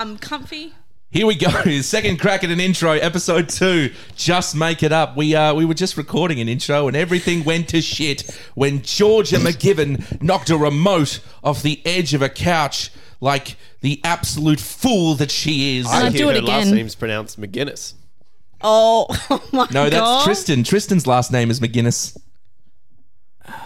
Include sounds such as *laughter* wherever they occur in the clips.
I'm comfy. Here we go. *laughs* Second crack at an intro, episode two. Just make it up. We uh, we were just recording an intro and everything went to shit when Georgia McGiven knocked a remote off the edge of a couch like the absolute fool that she is. And I'd hear do it her last again. name's pronounced McGuinness. *laughs* Oh, oh my no, that's God. Tristan. Tristan's last name is McGuinness.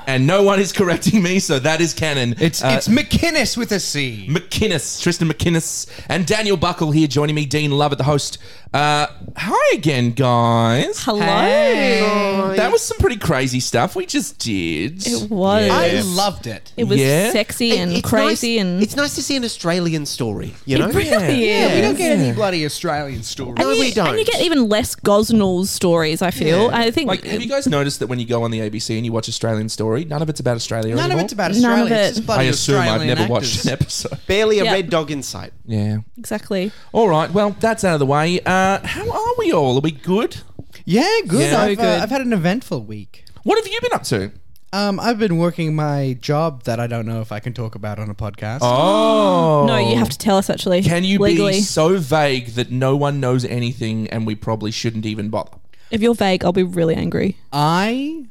And no one is correcting me, so that is canon. It's Uh, it's McInnes with a C. McInnes, Tristan McInnes, and Daniel Buckle here joining me, Dean Lovett, the host. Uh, hi again, guys. Hello. That was some pretty crazy stuff we just did. It was. I loved it. It was Yeah. sexy and It's crazy nice- and. it's nice to see an Australian story. You know, it really Yeah. is. Oh, We don't get any bloody Australian stories. No, we don't. And you get even less Gosnell's stories. I feel. I think Like, have you guys noticed that when you go on the ABC and you watch Australian Story, none of it's about Australia None of anymore? it's about None of Australia. it. It's just I bloody assume I've Australian never watched actors. an episode. barely a Yeah. red dog in sight. Yeah. exactly. All right. Well, that's out of the way. Uh, how are we all? Are we good? Yeah, good. Yeah. So I've, good. Uh, I've had an eventful week. What have you been up to? Um, I've been working my job that I don't know if I can talk about on a podcast. Oh. *gasps* No, you have to tell us actually. Can you legally? be so vague that no one knows anything and we probably shouldn't even bother? if you're vague, I'll be really angry. I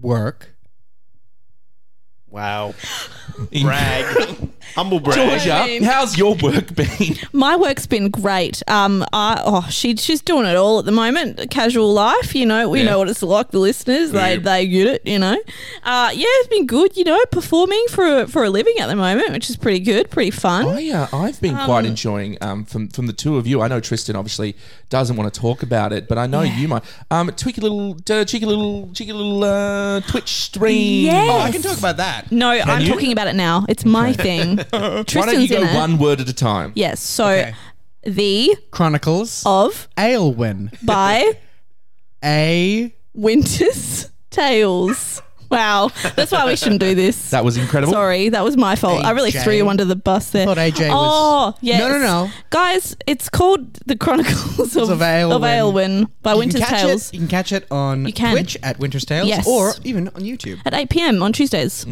work. Wow, In- brag, *laughs* humble brag. Georgia, I mean- how's your work *laughs* been? My work's been great. Um, I oh she she's doing it all at the moment. Casual life, you know, we Yeah. know what it's like. The listeners, they they get it, you know. Uh, yeah, it's been good, you know, performing for a, for a living at the moment, which is pretty good, pretty fun. I, uh, I've been quite enjoying um, from from the two of you. I know Tristan obviously doesn't want to talk about it, but I know you might. Um, tweaky little, uh, cheeky little, cheeky little uh, Twitch stream. Yes. Oh, I can talk about that. No, I'm you? talking about it now. It's my thing. Tristan's *laughs* Why don't you go in it. one word at a time? Yes. So Okay. the Chronicles of Aylwin. by Uh, A Winter's Tales. Wow, that's why we shouldn't do this. That was incredible. Sorry, that was my fault. I really AJ. threw you under the bus there. thought AJ oh, was- yes. No, no, no. Guys, it's called The Chronicles of, of of Aylwin. Aylwin by you Winter's can catch Tales It, you can catch it on You can. Twitch at Winter's Tales Yes. or even on YouTube. at 8 p.m. on Tuesdays.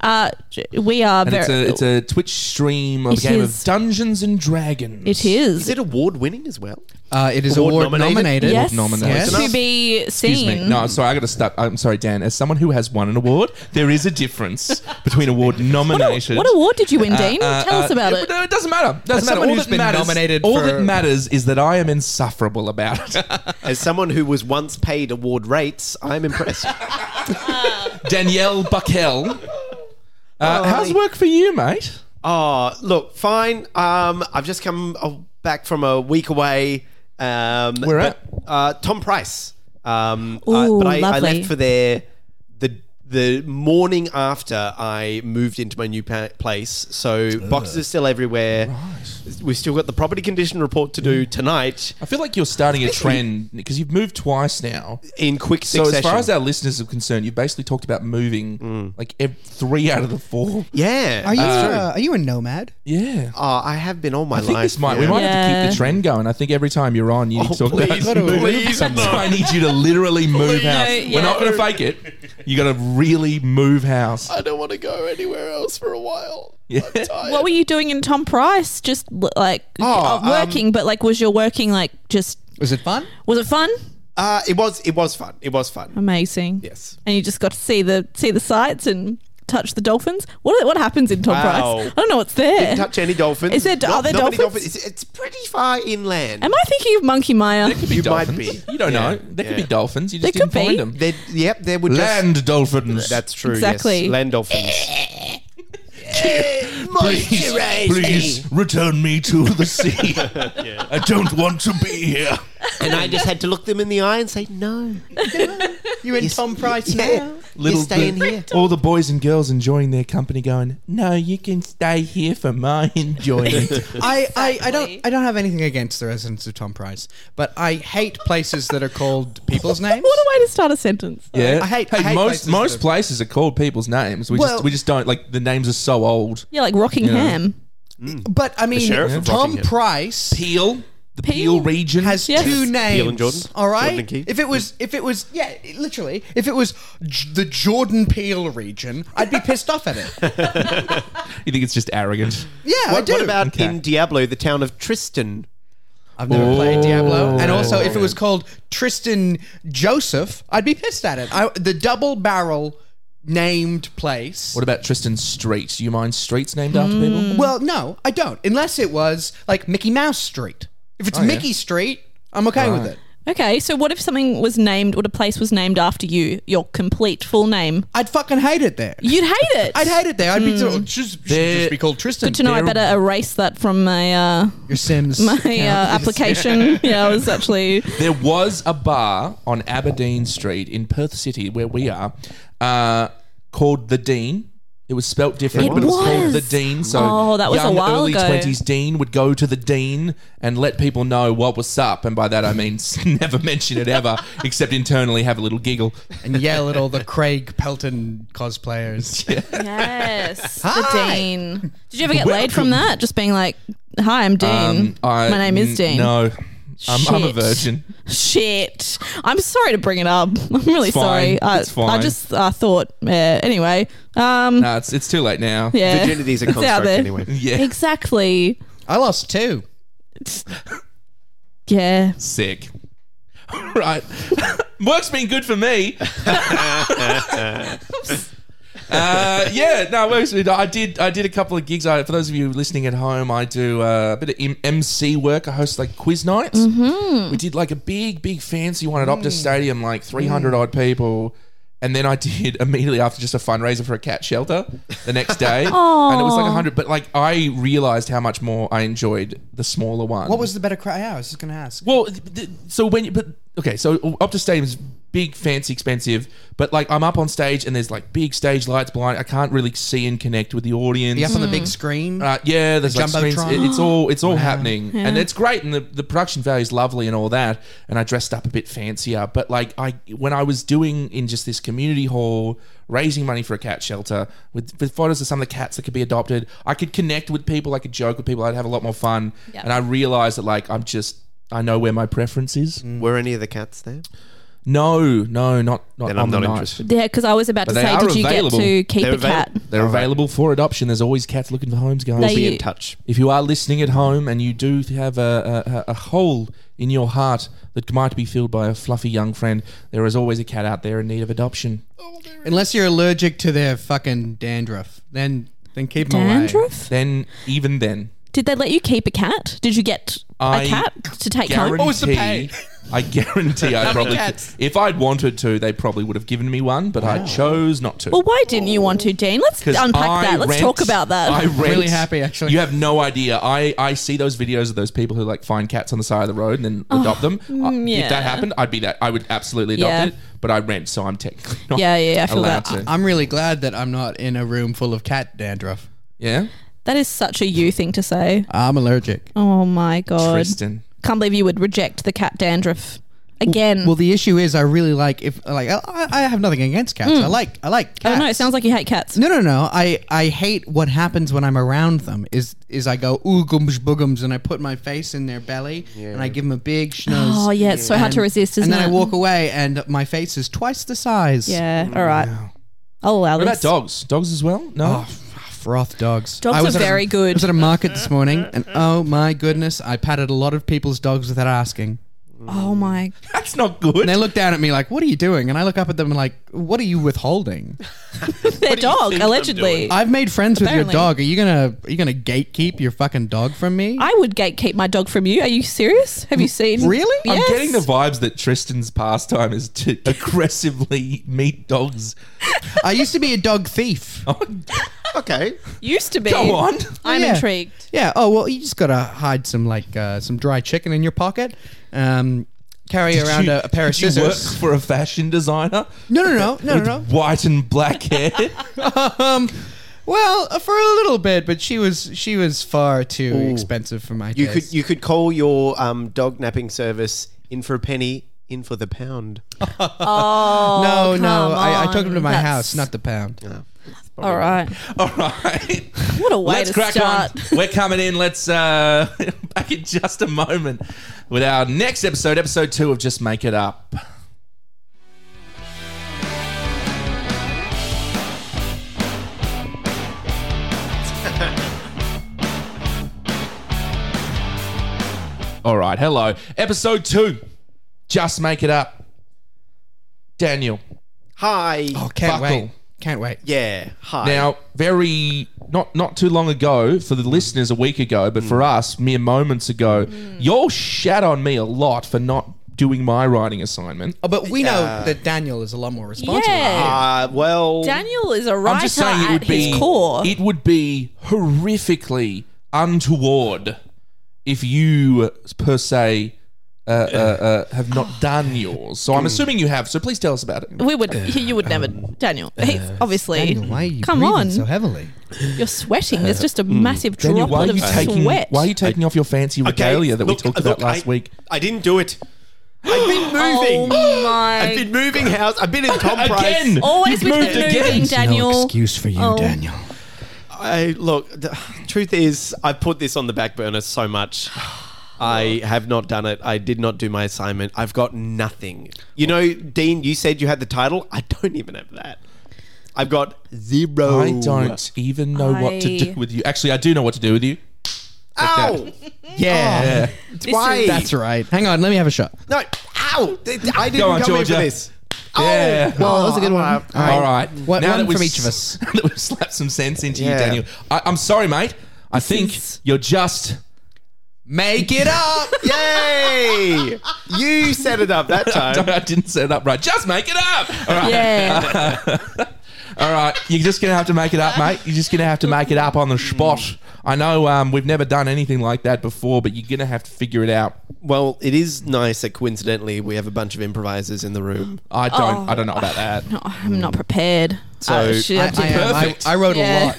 Uh, j- we are Mm. And very. it's a it's a Twitch stream of a It game is. of Dungeons and Dragons. it is. Is it award winning as well? Uh, it is Award award nominated? nominated. yes. nominated. Yes. To be Excuse seen. me. No, I'm sorry. I got to stop. I'm sorry, Dan. As someone who has won an award, there is a difference *laughs* between award nominations. What award did you win, Dean? Uh, Tell us uh, about yeah, it. but No, it doesn't matter. Doesn't matter. As someone All who's that been matters, nominated all for- that matters is that I am insufferable about it. *laughs* As someone who was once paid award rates, I'm impressed. Danielle Buckell. Uh, how's I- work for you, mate? oh, look, fine. Um, I've just come uh, back from a week away. Um, Where but, Uh, Tom Price. Um, I- Ooh, but I, I lovely. left for there the the morning after I moved into my new pa- place. So boxes are still everywhere. We've still got the property condition report to Mm. do tonight I feel like you're starting a trend because you've moved twice now. in quick So succession. as far as our listeners are concerned, you've basically talked about moving like ev- three out of the four. yeah, Are you Uh, uh, are you a nomad? Yeah. oh, I have been all my I think life. this might. We yeah. might have to keep Yeah. the trend going. I think every time you're on, you need to talk Oh, please, about please, moving. please, Sometimes I need you to literally move house. No, We're yeah. not going to fake it. You got to really move house. I don't want to go anywhere else for a while. Yeah. What were you doing in Tom Price? Just l- like uh, Oh, uh, working, but like, was your working like just? Was it fun? Was it fun? Uh, it was it was fun. It was fun. Amazing. Yes. And you just got to see the see the sights and touch the dolphins. What what happens in Tom Wow. Price? I don't know what's there. Didn't touch any dolphins. Is there- are there not many dolphins? It's, it's pretty far inland. Am I thinking of Monkey Maya? Could be You might dolphins. be. You don't Yeah. know. There could Yeah. be dolphins. You just There could didn't find be. them. There- yep, there were just Land dolphins. That's true. Exactly. Yes. Land dolphins. Moisturize me. return me to the *laughs* sea. I don't want to be here. And I just had to look them in the eye and say no. You're in Tom Price now. You're staying here. All the boys and girls enjoying their company going, No, you can stay here for my *laughs* enjoyment. I, I, I don't I don't have anything against the residents of Tom Price, but I hate places that are called people's names. *laughs* What a way to start a sentence. yeah. I hate- hey, I hate most places most that- places are called people's names. We Well- just we just don't like the names are so old. Yeah, like Rockingham. but I mean, sheriff of Tom Rockingham. Price Peel. the Peel, Peel region has Yes. two names. and Jordan. All right. Jordan and Keith. If it was, if it was, yeah, literally, if it was J- the Jordan Peel region, I'd be pissed off *laughs* at it. You think it's just arrogant? Yeah, I What, do. what about Okay. in Diablo, the town of Tristan? I've never played Diablo, Oh. and also if it was called Tristan Joseph, I'd be pissed at it. I, the double barrel named place. What about Tristan Street? Do you mind streets named after people? Well, no, I don't. Unless it was like Mickey Mouse Street. If it's Mickey Street, I'm okay with it. Okay, so what if something was named, what a place was named after you, your complete full name? I'd fucking hate it there. You'd hate it. I'd hate it there. I'd be just, just, There- just be called Tristan. Good to know. I They're- better erase that from my uh, Your *laughs* Sims. my uh, *laughs* account. application. yeah, I was actually. There was a bar on Aberdeen Street in Perth City where we are, uh, called the Dean. It was spelt different, It but it was called was. the Dean. So Oh, that was a young while early ago. twenties Dean would go to the Dean and let people know what was up, and by that I mean *laughs* never mention it ever, except internally have a little giggle. *laughs* and yell at all the Craig Pelton cosplayers. Yes, Hi. *laughs* the Dean. Did you ever get laid from that? Just being like, "Hi, I'm Dean. Um, I- my name is n- Dean." No, I'm, I'm a Shit. virgin. Shit. I'm sorry to bring it up. *laughs* I'm really It's fine. sorry. I, It's fine. I just uh, thought. Yeah. Anyway. Um. No, it's it's too late now. *laughs* yeah. Virginity's *laughs* a It's out construct there. anyway. Yeah. Exactly. I lost two. Yeah. Sick. All right. *laughs* Work's been good for me. *laughs* uh, yeah, no, work's been, I did. I did a couple of gigs. I, for those of you listening at home, I do uh, a bit of M- MC work. I host like quiz nights. We did like a big, big fancy one at Optus Stadium, like three hundred odd people. And then I did *laughs* immediately after just a fundraiser for a cat shelter the next day, and it was like Aw. hundred. But like I realized how much more I enjoyed the smaller one. What was the better crowd? Yeah, I was just going to ask. Well, th- th- so when you, but okay, so Optus Stadium's big, fancy, expensive, but like I'm up on stage and there's like big stage lights blind. I can't really see and connect with the audience. Be up on the big screen. Uh, yeah, there's like screens. Jumbotron. It- it's all it's all happening, and it's great, and the, the production value is lovely, and all that. And I dressed up a bit fancier, but like I when I was doing in just this community hall, raising money for a cat shelter with, with photos of some of the cats that could be adopted, I could connect with people, I could joke with people, I'd have a lot more fun, Yeah. and I realized that like I'm just I know where my preference is. Were any of the cats there? No, no, not not Then on I'm the not night. interested. Yeah, because I was about But to they say, are did you available. get to keep They're a cat? They're All right. available for adoption. There's always cats looking for homes, guys. They- Be in You- touch. If you are listening at home and you do have a, a, a hole in your heart that might be filled by a fluffy young friend, there is always a cat out there in need of adoption. Unless you're allergic to their fucking dandruff, then then keep them away. Dandruff? Then, even then, Did they let you keep a cat? Did you get I a cat to take guarantee, home? was the pay? I guarantee I probably, cats. if I'd wanted to, they probably would have given me one, but I chose not to. Well, why didn't you want to, Dean? Let's 'Cause unpack I that. Let's rent- talk about that. I rent. Really happy, actually. You have no idea. I, I see those videos of those people who like find cats on the side of the road and then adopt them. I- If Oh, yeah. that happened, I'd be that. I would absolutely adopt Yeah. it. But I rent, so I'm technically not Yeah, yeah, I feel allowed that. to. I'm really glad that I'm not in a room full of cat dandruff. yeah, that is such a you thing to say. I'm allergic. Oh my god. Tristan. Can't believe you would reject the cat dandruff again. Well, the issue is, I really like if like I, I have nothing against cats. I like I like. Cats. Mm. I don't know. It sounds like you hate cats. No, no, no. I, I hate what happens when I'm around them. Is is I go oogums boogums and I put my face in their belly and I give them a big schnoz. Oh yeah, it's so hard to resist, isn't and then it? I walk away and my face is twice the size. Yeah. All right. I'll allow What this. about dogs? Dogs as well? No. Oh, f- froth dogs. Dogs I are was at a- very I good. was at a market this morning and oh my goodness, I patted a lot of people's dogs without asking. Oh *laughs* my. *laughs* That's not good. And they look down at me like, "What are you doing?" And I look up at them and like, "What are you withholding?" Their dog allegedly. I, I've made friends with Apparently. your dog. Are you gonna are you gonna gatekeep your fucking dog from me? would gatekeep my dog from you. Are you serious? Have you seen? Really? I'm Yes. getting the vibes that Tristan's pastime is to *laughs* aggressively meet dogs. I used to be a dog thief. Okay. Used to be. Go on. *laughs* I'm Yeah. intrigued. Yeah. Oh well, you just gotta hide some like uh, some dry chicken in your pocket. Um, carry Did around you- a, a pair of did you scissors. work for a fashion designer? No, no, no, no, no, White and black hair. *laughs* no. Um, well, uh, for a little bit, but she was she was far too expensive for my You taste. could you could call your um, dog napping service in for a penny, in for the pound. Oh no, no. come I, I took him Oh, to on. my That's- house, not the pound. All right. *laughs* All right. What a way Let's to crack start. on. We're coming in. Let's uh, *laughs* back in just a moment with our next episode, episode two of Just Make It Up. *laughs* All right. Hello. Episode two. Just Make It Up. Daniel. Hi. Oh, can't Buckle. wait. Can't wait. Yeah. Hi. Now, very not not too long ago for the listeners, a week ago, but for us, mere moments ago, Mm. y'all shat on me a lot for not doing my writing assignment. Oh, but we know that Daniel is a lot more responsible. Yeah. Uh, well, Daniel is a writer I'm just saying it at would be his core. it would be horrifically untoward if you per se. Uh, uh, uh, have not done yours, Mm. so I'm assuming you have. So please tell us about it. we would, you would never, Um, Daniel. He's obviously. Daniel, why are you come breathing on, so heavily? you're sweating. There's just a massive Uh, hmm. Daniel, why are droplet you of taking sweat. why are you taking off your fancy okay. regalia that look- we talked about look, last I- week? I didn't do it. I've been *gasps* moving. Oh my! I've been moving house. I've been in Tom *laughs* Price. Again, Always you've with moved the again. moving, Daniel. for you, Oh. I look. The truth is, I put this on the back burner so much. I have not done it. I did not do my assignment. I've got nothing. You know, Dean, you said you had the title. I don't even have that. I've got zero. Oh. I don't even know what to do I- with you. Actually, I do know what to do with you. Ow! Yeah. Why? is- That's right. Hang on, let me have a shot. No. Ow! Th- th- I didn't Go on, come here for Georgia. this. Yeah. Oh, that was a good one. wow. All right. All right. What- one that from we've- each *laughs* of us. that we've slapped some sense into you, Yeah. Daniel. I, I'm sorry, mate. I think is- you're just. Make it *laughs* up. Yay! you set it up that *laughs* time. I didn't set it up right. Just make it up. All right. Yeah. *laughs* All right. You're just going to have to make it up, mate. You're just going to have to make it up on the Hmm. spot. I know um, we've never done anything like that before, but you're going to have to figure it out. Well, it is nice that coincidentally we have a bunch of improvisers in the room. I don't. I don't know about that. No, I'm not prepared. So, Oh, shit, I, I, I did- am. I, Perfect. I wrote Yeah. a lot.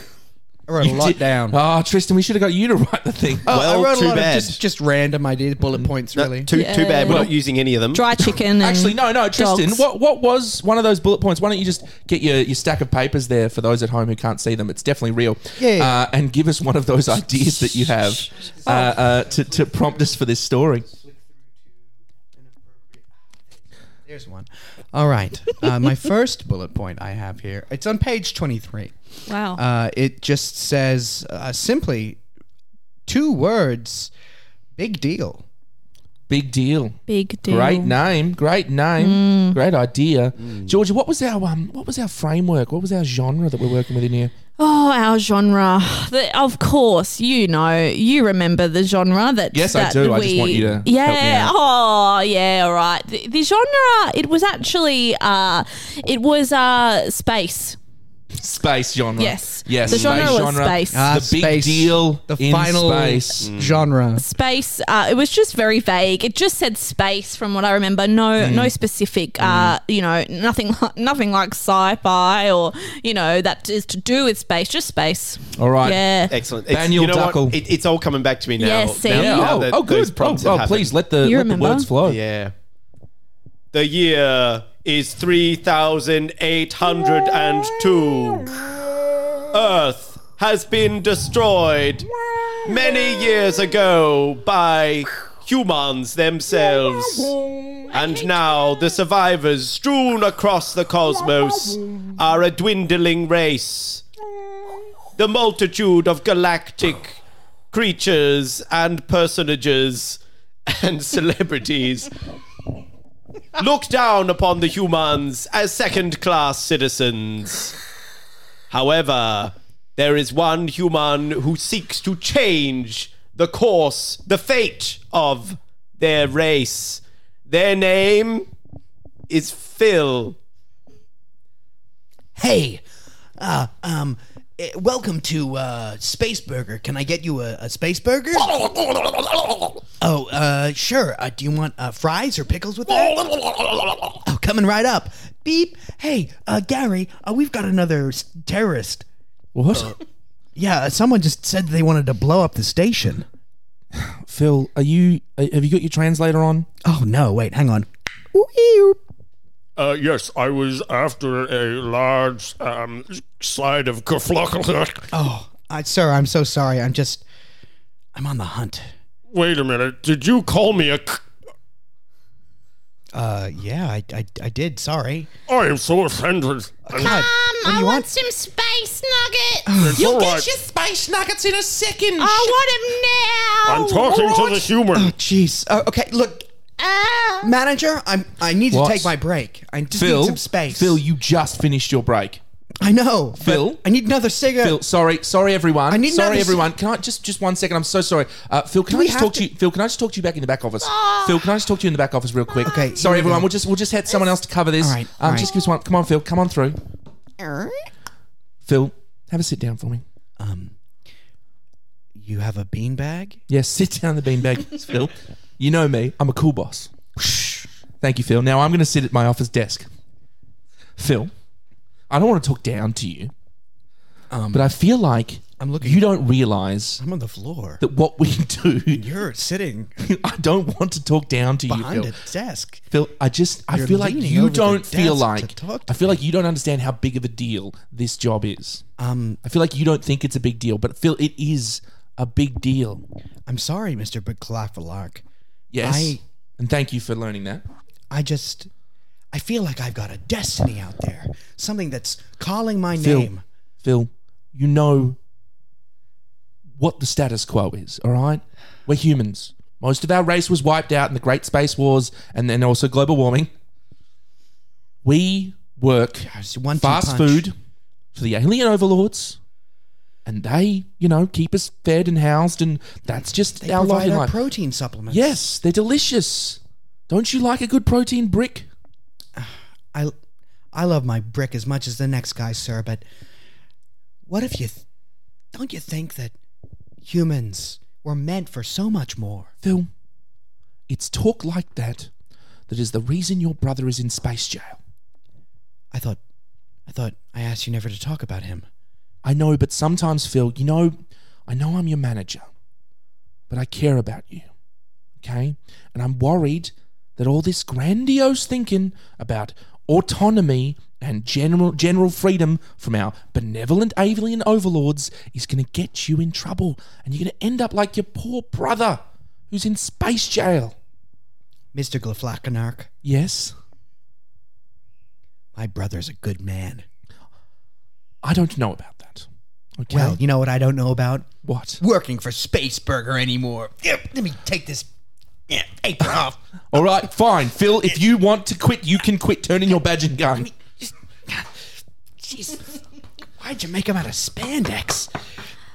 I *laughs* wrote a lot Did- down. Oh, Tristan, we should have got you to write the *laughs* thing. Oh, well, I wrote too a lot bad. of just, just random ideas, bullet points, really. Too, too bad we're Well- not using any of them. dry chicken. And Actually, no, no, Tristan. Mm. dogs. What what was one of those bullet points? Why don't you just get your, your stack of papers there for those at home who can't see them? It's definitely real. Yeah, yeah. Uh, and give us one of those ideas that you have uh, Oh. uh, to, to prompt us for this story. There's one. All right. Uh, my *laughs* first bullet point I have here. It's on page 23. Wow. Uh, it just says uh, simply two words. Big deal. Big deal. Big deal. Mm. Great name. Great name. Great idea. Mm. Georgia, what was our um, what was our framework? What was our genre that we're working with in here? Oh, our genre. The, of course, you know, you remember the genre that. Yes, I that do. We, I just want you to help me Yeah. out. Oh, yeah. All right. The, the genre. It was actually. Uh, it was uh, space. Space genre. Yes. Yes. The genre space was genre. space. Ah, the big space. deal. The in final space. genre. Space. Uh, it was just very vague. It just said space, from what I remember. No, Hmm. no specific. Uh, you know, nothing. *laughs* li- Nothing like sci-fi or you know that is to do with space. Just space. Mm. All right. Yeah. Excellent. Daniel you know what? Duckle. It, it's all coming back to me now. Yeah, now- see? now Yeah. Yeah, oh, that oh, those good. Oh, prompts oh, have please happened. let the, You let the remember? words flow. Yeah. The year is 3802. Earth has been destroyed many years ago by humans themselves. And now the survivors strewn across the cosmos are a dwindling race. The multitude of galactic creatures and personages and *laughs* celebrities look down upon the humans as second class citizens. However, there is one human who seeks to change the course, the fate of their race. Their name is Phil. Hey, uh, um, eh, welcome to uh, Space Burger. Can I get you a, a Space Burger? Oh, uh, sure. Uh, do you want uh, fries or pickles with that? Oh, coming right up. Beep. Hey, uh, Gary, uh, we've got another s- terrorist. What? Yeah, uh, someone just said they wanted to blow up the station. uh, Phil, are you? Have you got your translator on? Oh, no, wait, hang on. Uh, yes, I was after a large um, slide of kerfluckle. Oh, I, sir, I'm so sorry. I'm just, I'm on the hunt. Wait a minute. Did you call me a? c- Uh, yeah, I, I, I did. Sorry. I am so offended. God, what And do Um, I want you want? some space Oh, nuggets. it's all right. space nuggets in a second. Oh, I I'm want them now. talking to *laughs* the human. Jeez. Oh, okay, look, Ah. manager, I'm, I need What? to take my break. I just Phil, need some space. Phil, you just finished your break. I know. but Phil? I need another cigarette. Phil, sorry, sorry everyone. I need sorry another- everyone. Can I just just one second? I'm so sorry. Uh, Phil, can I we just have talk to, to- you? Phil, can I just talk to you back in the back office? Phil, can I just talk to you in the back office real quick? Okay, here Sorry we everyone. go. We'll just we'll just have someone else to cover this. All right, Um, all right. Just give us one. Come on, Phil. Come on through. Phil, have a sit down for me. You have a beanbag? Yes, sit down in the beanbag, Phil. You know me. I'm a cool boss. Thank you, Phil. Now I'm going to sit at my office desk. Phil, I don't want to talk down to you, but I feel like Um, I'm looking- you don't realize I'm on the floor. that what we *laughs* do. You're *laughs* sitting I don't want to talk down to you, behind Phil. a desk. Phil, I just I You're feel like leaning you over the don't feel desk to like talk I to feel like you don't understand how big of a deal this job is. Um, I feel like you don't think it's a big deal, but Phil, it is a big deal. I'm sorry, Mr. Bicklafalark. Yes. I- and thank you for learning that. I just, I feel like I've got a destiny out there. Something that's calling my Phil, name. Phil, you know what the status quo is, all right? We're humans. Most of our race was wiped out in the Great Space Wars and then also global warming. We work It's One two fast punch. food for the alien overlords, and they, you know, keep us fed and housed, and that's just They our life. provide in our life. protein supplements. yes, they're delicious. Don't you like a good protein brick? I, I love my brick as much as the next guy, sir. But what if you, th- don't you think that humans were meant for so much more? Phil, it's talk like that that is the reason your brother is in space jail. I thought, I thought I asked you never to talk about him. I know, but sometimes, Phil, you know, I know I'm your manager, but I care about you. Okay? And I'm worried that all this grandiose thinking about autonomy and general general freedom from our benevolent alien overlords is going to get you in trouble and you're going to end up like your poor brother who's in space jail. Mr. Glaflakenark, Yes. my brother's a good man. I don't know about that. Okay. Well, you know what I don't know about? what? Working for Spaceburger anymore. Yep, let me take this yeah, apron off. *laughs* All right, fine. Phil, if you want to quit, you can quit. Turn in your badge and gun. Jesus. Why'd you make him out of spandex?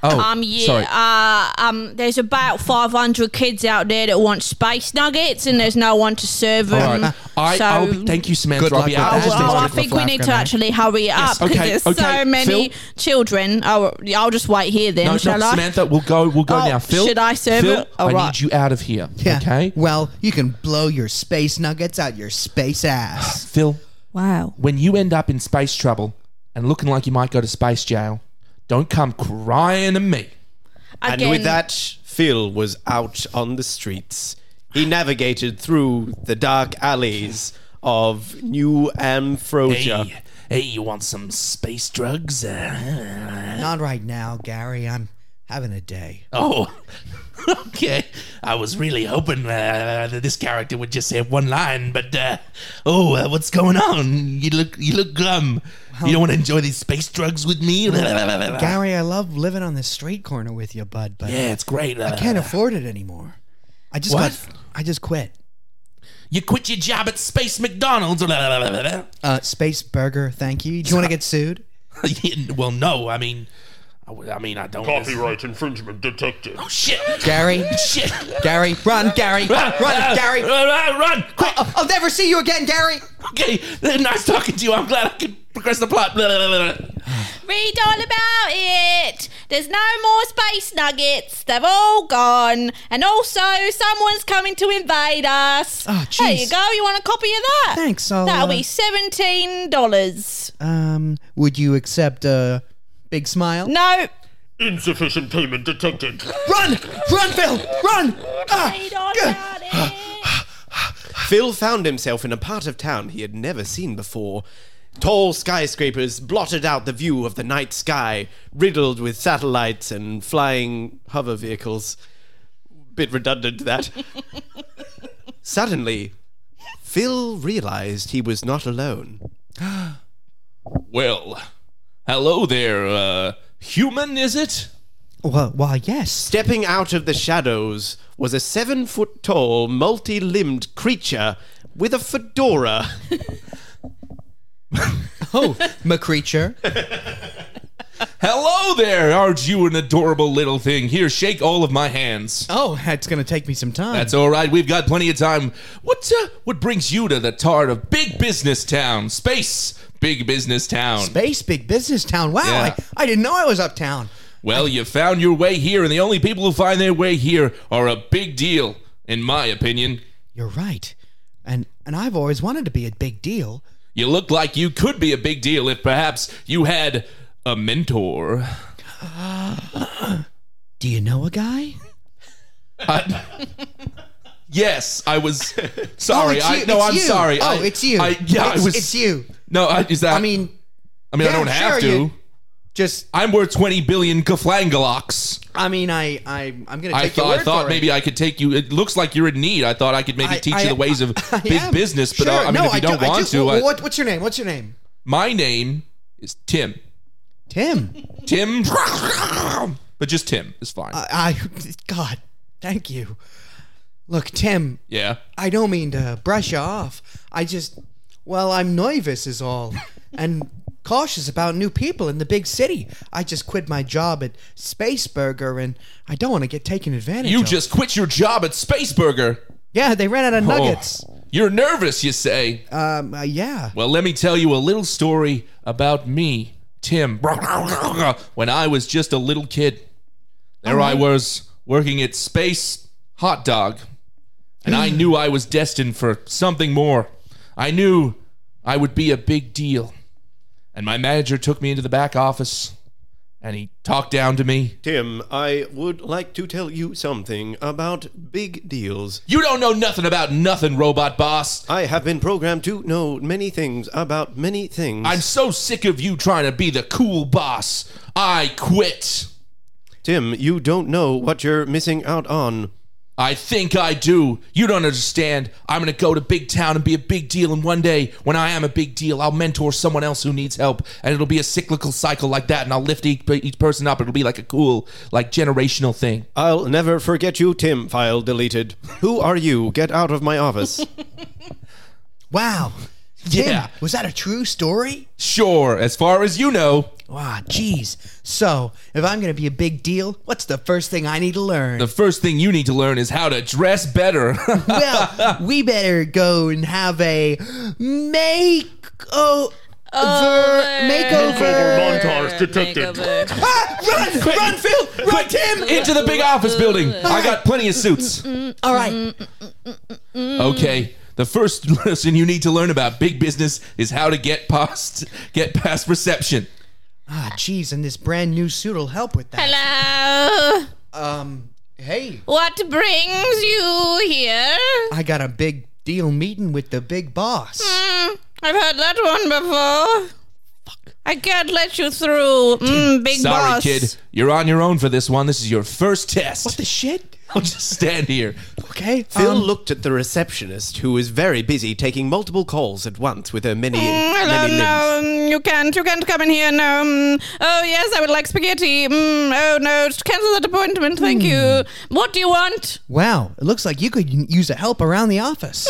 Oh, Um, sorry. yeah. Uh, um, there's about 500 kids out there that want space nuggets, and there's no one to serve All them. right. I, so, I'll be, thank you, Samantha. Good I'll luck be with out. that. Oh, That's well, I Mr. think we need to Flafferman. actually hurry up because okay, there's okay, so many Phil? children. Oh, I'll just wait here then, No, no, shall I? Samantha, we'll go. We'll go Oh, now. Phil, should I serve Phil, it? All I right. need you out of here. Okay, Well, you can blow your space nuggets out your space ass. *gasps* Phil. Wow. When you end up in space trouble and looking like you might go to space jail, don't come crying to me. Again, And with that, Phil was out on the streets. He navigated through the dark alleys of New Amphrosia. Hey, hey, you want some space drugs? Uh, Not right now, Gary. I'm having a day. oh, *laughs* okay. I was really hoping uh, that this character would just say one line, but uh, oh, uh, what's going on? You look, you look glum. you don't want to enjoy these space drugs with me? Gary, I love living on this street corner with you, bud, but Yeah, it's great. I can't afford it anymore. I just What? got I just quit. you quit your job at Space McDonald's. *laughs* Uh, space burger, thank you. Do you want to get sued? well, no, I mean, I, w- I mean, I don't. Copyright infringement detected. Oh shit! Gary, Shit! Gary, run, *laughs* Gary, run, Gary. Run! Uh, Run! Quick! I'll, I'll never see you again, Gary. Okay, *laughs* nice talking to you. I'm glad I could progress the plot. *laughs* Read all about it. There's no more space nuggets. They've all gone. And also, someone's coming to invade us. Oh, there jeez. you go. You want a copy of that? Thanks, I'll, That'll uh, be seventeen dollars. Um, would you accept a big smile? No. Insufficient *laughs* payment detected. Run, run, Phil, run. Ah, Read all about it. Phil found himself in a part of town he had never seen before. Tall skyscrapers blotted out the view of the night sky, riddled with satellites and flying hover vehicles. Bit redundant, that. Suddenly, Phil realized he was not alone. Well, hello there, uh, human, is it? Well, well, yes. Stepping out of the shadows was a seven foot tall, multi limbed creature with *laughs* a fedora. Oh, *laughs* McCreature. Hello there, aren't you an adorable little thing? Here, shake all of my hands. Oh, it's going to take me some time. That's all right. We've got plenty of time. What uh, what brings you to the tart of big business town, space, big business town? Base big business town. Wow, Yeah. I, I didn't know I was uptown. well, you found your way here, and the only people who find their way here are a big deal, in my opinion. You're right. And and I've always wanted to be a big deal. You look like you could be a big deal if perhaps you had a mentor. Do you know a guy? I- yes, I was sorry. Oh, it's I, you- no, it's I'm you. sorry. Oh, I- it's you. I, yeah, it's, I was. it's you. No, I, is that? I mean, I mean, I yeah, don't have sure, to. you- just I'm worth twenty billion kaflangalocks. I mean, I, I I'm gonna take I your thought word I thought for maybe it. I could take you. It looks like you're in need. I thought I could maybe I- teach I- you the ways of *laughs* I big am. business. But uh, Sure. I, I mean, no, if you I don't I want do- to, I- what, what's your name? What's your name? my name is Tim. *laughs* Tim. Tim, but just Tim is fine. I God, thank you. Look, Tim, yeah. I don't mean to brush you off. I just, well, I'm nervous is *laughs* all, and cautious about new people in the big city. I just quit my job at Spaceburger, and I don't want to get taken advantage. You of. just quit your job at Spaceburger. yeah, they ran out of nuggets. Oh, you're nervous, you say. Um, uh, yeah. Well, let me tell you a little story about me, Tim. When I was just a little kid, there I was working at Space Hot Dog, and I knew I was destined for something more. I knew I would be a big deal. And my manager took me into the back office and he talked down to me. Tim, I would like to tell you something about big deals. You don't know nothing about nothing, robot boss. I have been programmed to know many things about many things. I'm so sick of you trying to be the cool boss. I quit. Tim, you don't know what you're missing out on. I think I do. You don't understand. I'm going to go to big town and be a big deal. And one day, when I am a big deal, I'll mentor someone else who needs help. And it'll be a cyclical cycle like that. And I'll lift each, each person up. It'll be like a cool, like generational thing. I'll never forget you, Tim. File deleted. Who are you? Get out of my office. Wow. Yeah. Tim, was that a true story? Sure, as far as you know, Wow, jeez. So, if I'm going to be a big deal, what's the first thing I need to learn? the first thing you need to learn is how to dress *laughs* better. *laughs* well, we better go and have a make oh makeover. Makeover montage detected. Makeover. Run, run, Phil, run, Tim. Into the big office building. I got plenty of suits. All right, Okay. The first *laughs* lesson you need to learn about big business is how to get past *laughs* get past reception. ah, jeez, and this brand new suit will help with that. Hello. Um, hey, What brings you here? I got a big deal meeting with the big boss. Mm, I've heard that one before. I can't let you through, mm, big Sorry, boss. kid. You're on your own for this one. This is your first test. What *laughs* the shit? I'll *laughs* just stand here. Okay, Phil um, looked at the receptionist, who was very busy taking multiple calls at once with her Mm, many, Hello, many limbs. no, mm, you can't, you can't come in here, no. mm. Oh yes, I would like spaghetti. Mm, oh no, just cancel that appointment, thank Hmm. you. What do you want? Wow, it looks like you could use a help around the office.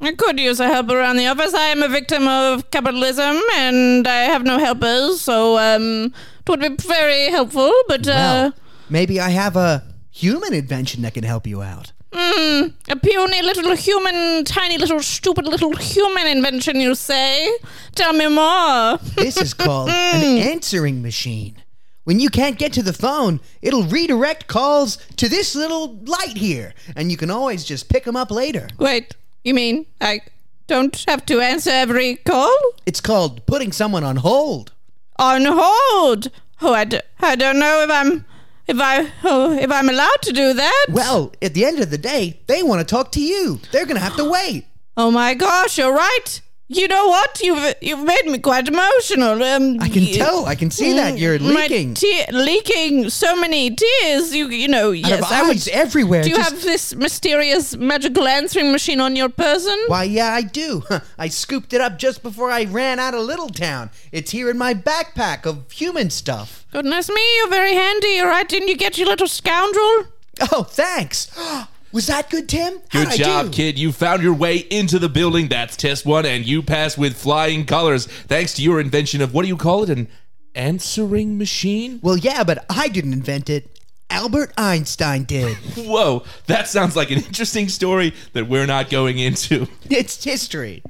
I could use a help around the office. I am a victim of capitalism, and I have no helpers, so um, it would be very helpful. But uh, Well, maybe I have a human invention that can help you out. a puny little human, tiny little stupid little human invention, you say? Tell me more. This is called Mm. an answering machine. When you can't get to the phone, it'll redirect calls to this little light here, and you can always just pick them up later. Wait, you mean I don't have to answer every call? It's called putting someone on hold. on hold. Oh, I, d- I don't know if I'm if I oh, if I'm allowed to do that. Well, at the end of the day, they want to talk to you. They're going to have to wait. Oh my gosh, you're right. You know what? You've you've made me quite emotional. Um, I can tell. I can see that you're leaking. Mm. te- leaking so many tears. You you know yes. Out of I would- eyes everywhere. Do you Just- have this mysterious magical answering machine on your person? Why, yeah, I do. *laughs* I scooped it up just before I ran out of Little Town. It's here in my backpack of human stuff. Goodness me, you're very handy. All right, didn't you get your little scoundrel? Oh, thanks. *gasps* Was that good, Tim? Good How'd I job, do? kid. You found your way into the building. That's test one, and you passed with flying colors thanks to your invention of what do you call it? An answering machine? *laughs* Well, yeah, but I didn't invent it. Albert Einstein did. *laughs* Whoa, that sounds like an interesting story that we're not going into. it's history.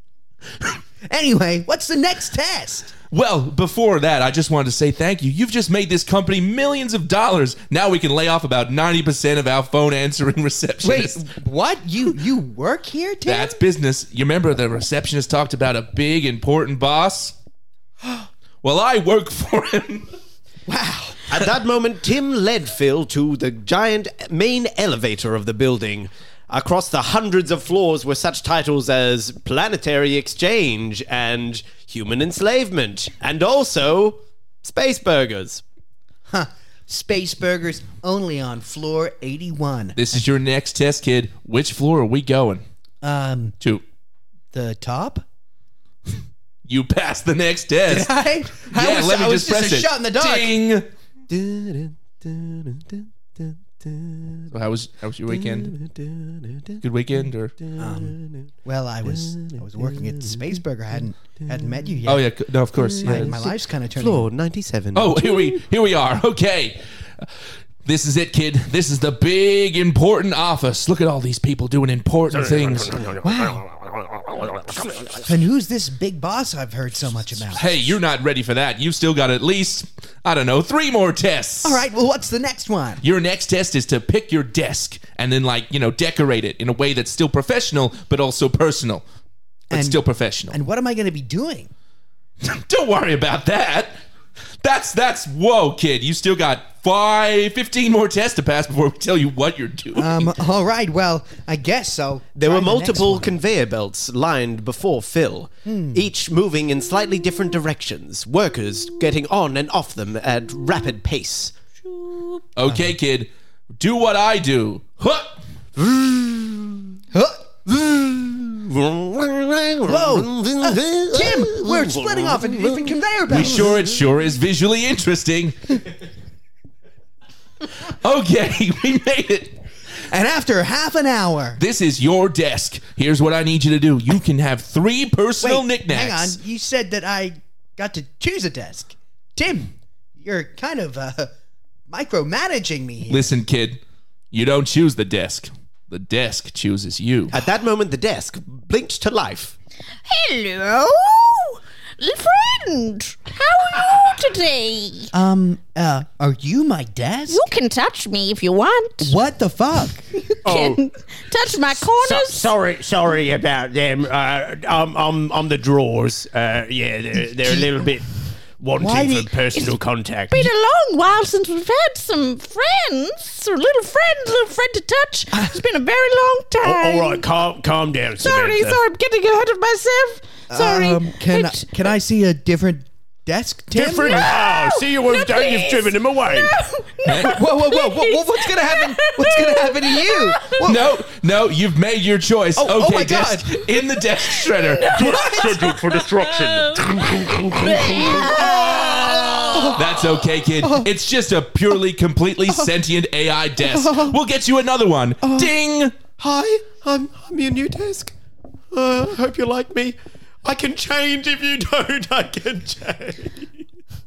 *laughs* anyway, what's the next test? Well, before that, I just wanted to say thank you. You've just made this company millions of dollars. Now we can lay off about 90% of our phone answering *laughs* Wait, receptionists. what? You you work here, Tim? That's business. You remember the receptionist talked about a big, important boss? *gasps* Well, I work for *laughs* him. At that moment, Tim led Phil to the giant main elevator of the building. Across the hundreds of floors were such titles as Planetary Exchange and Human Enslavement, and also Space Burgers. Space burgers only on floor 81. This is your next test, kid. Which floor are we going Um, to? the top? *laughs* You passed the next test. I, I yeah, was, let me I was just press a it. shot in the dark. Ding. So how was how was your weekend? Good weekend or? Um, Well, I was I was working at Space Burger. I hadn't hadn't met you yet. Oh yeah, c- no, of course. My, yeah. my life's kind of turning. Floor 97. Oh, here we here we are. Okay. This is it, kid. This is the big important office. Look at all these people doing important things. And who's this big boss I've heard so much about? Hey, you're not ready for that. You've still got at least, I don't know, three more tests. All right, well, what's the next one? Your next test is to pick your desk and then, like, you know, decorate it in a way that's still professional, but also personal. But And- still professional. And what am I going to be doing? Don't worry about that. That's, that's, whoa, kid. You still got five, 15 more tests to pass before we tell you what you're doing. Um, all right, well, I guess so. There Try were the next multiple one. Hmm. conveyor belts lined before Phil, each moving in slightly different directions, workers getting on and off them at rapid pace. Okay, kid. Do what I do. Huh. Huh? Whoa! Tim, uh, we're splitting off into different conveyor We belts. sure it sure is visually interesting. okay, *laughs* we made it. And after half an hour. This is your desk. Here's what I need you to do. You can have three personal knickknacks. hang on. You said that I got to choose a desk. Tim, you're kind of uh, micromanaging me. here. Listen, kid, you don't choose the desk. The desk chooses you. At that moment, the desk blinked to life. Hello, friend. How are you today? Um, uh, are you my desk? You can touch me if you want. What the fuck? Can touch my corners. sorry, sorry about them. Uh, I'm, I'm, I'm the drawers. Uh, yeah, they're, they're a little bit Why wanting did- for personal contact. Been a long while since we've had some friends, some little friends, little friend to touch. It's been a very long time. *laughs* All right, calm, calm down. Sorry, Samantha. sorry, I'm getting ahead of myself. Sorry. Um, can I, It- can I see a different desk, Tim? Different. No! Oh, see you one No, day you've please. *laughs* driven him away. Eh? Whoa, whoa, whoa, whoa, whoa! What's gonna happen? What's gonna happen to you? Whoa, No, no, you've made your choice. oh okay, my desk in the desk shredder. Scheduled for *laughs* *laughs* destruction. That's okay, *laughs* kid. It's just a purely, completely sentient AI desk. We'll get you another one. Oh. Ding! Hi, I'm, I'm your new desk. Uh, I hope you like me. I can change if you *laughs* don't. I can change.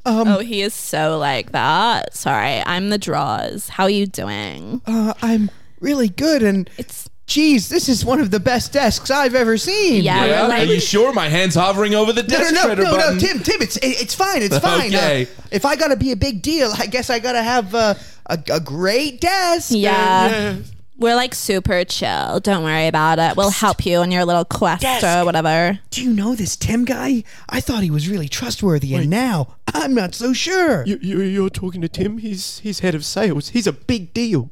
oh, he is so like that. Sorry, I'm the draws. How are you doing? Uh, I'm really good, and It's geez, this is one of the best desks I've ever seen. yeah, Yeah? Are like, you sure? My hand's hovering over the No, no, desk no, shredder no, button. no, Tim, Tim, it's it- it's fine, it's fine. Uh, Okay. if I gotta be a big deal, I guess I gotta have uh, a a great desk. yeah. Yes. We're like super chill. Don't worry about it. We'll help you on your little quest or whatever. Do you know this Tim guy? I thought he was really trustworthy, and now I'm not so sure. You, you, you're talking to Tim. He's he's head of sales. He's a big deal.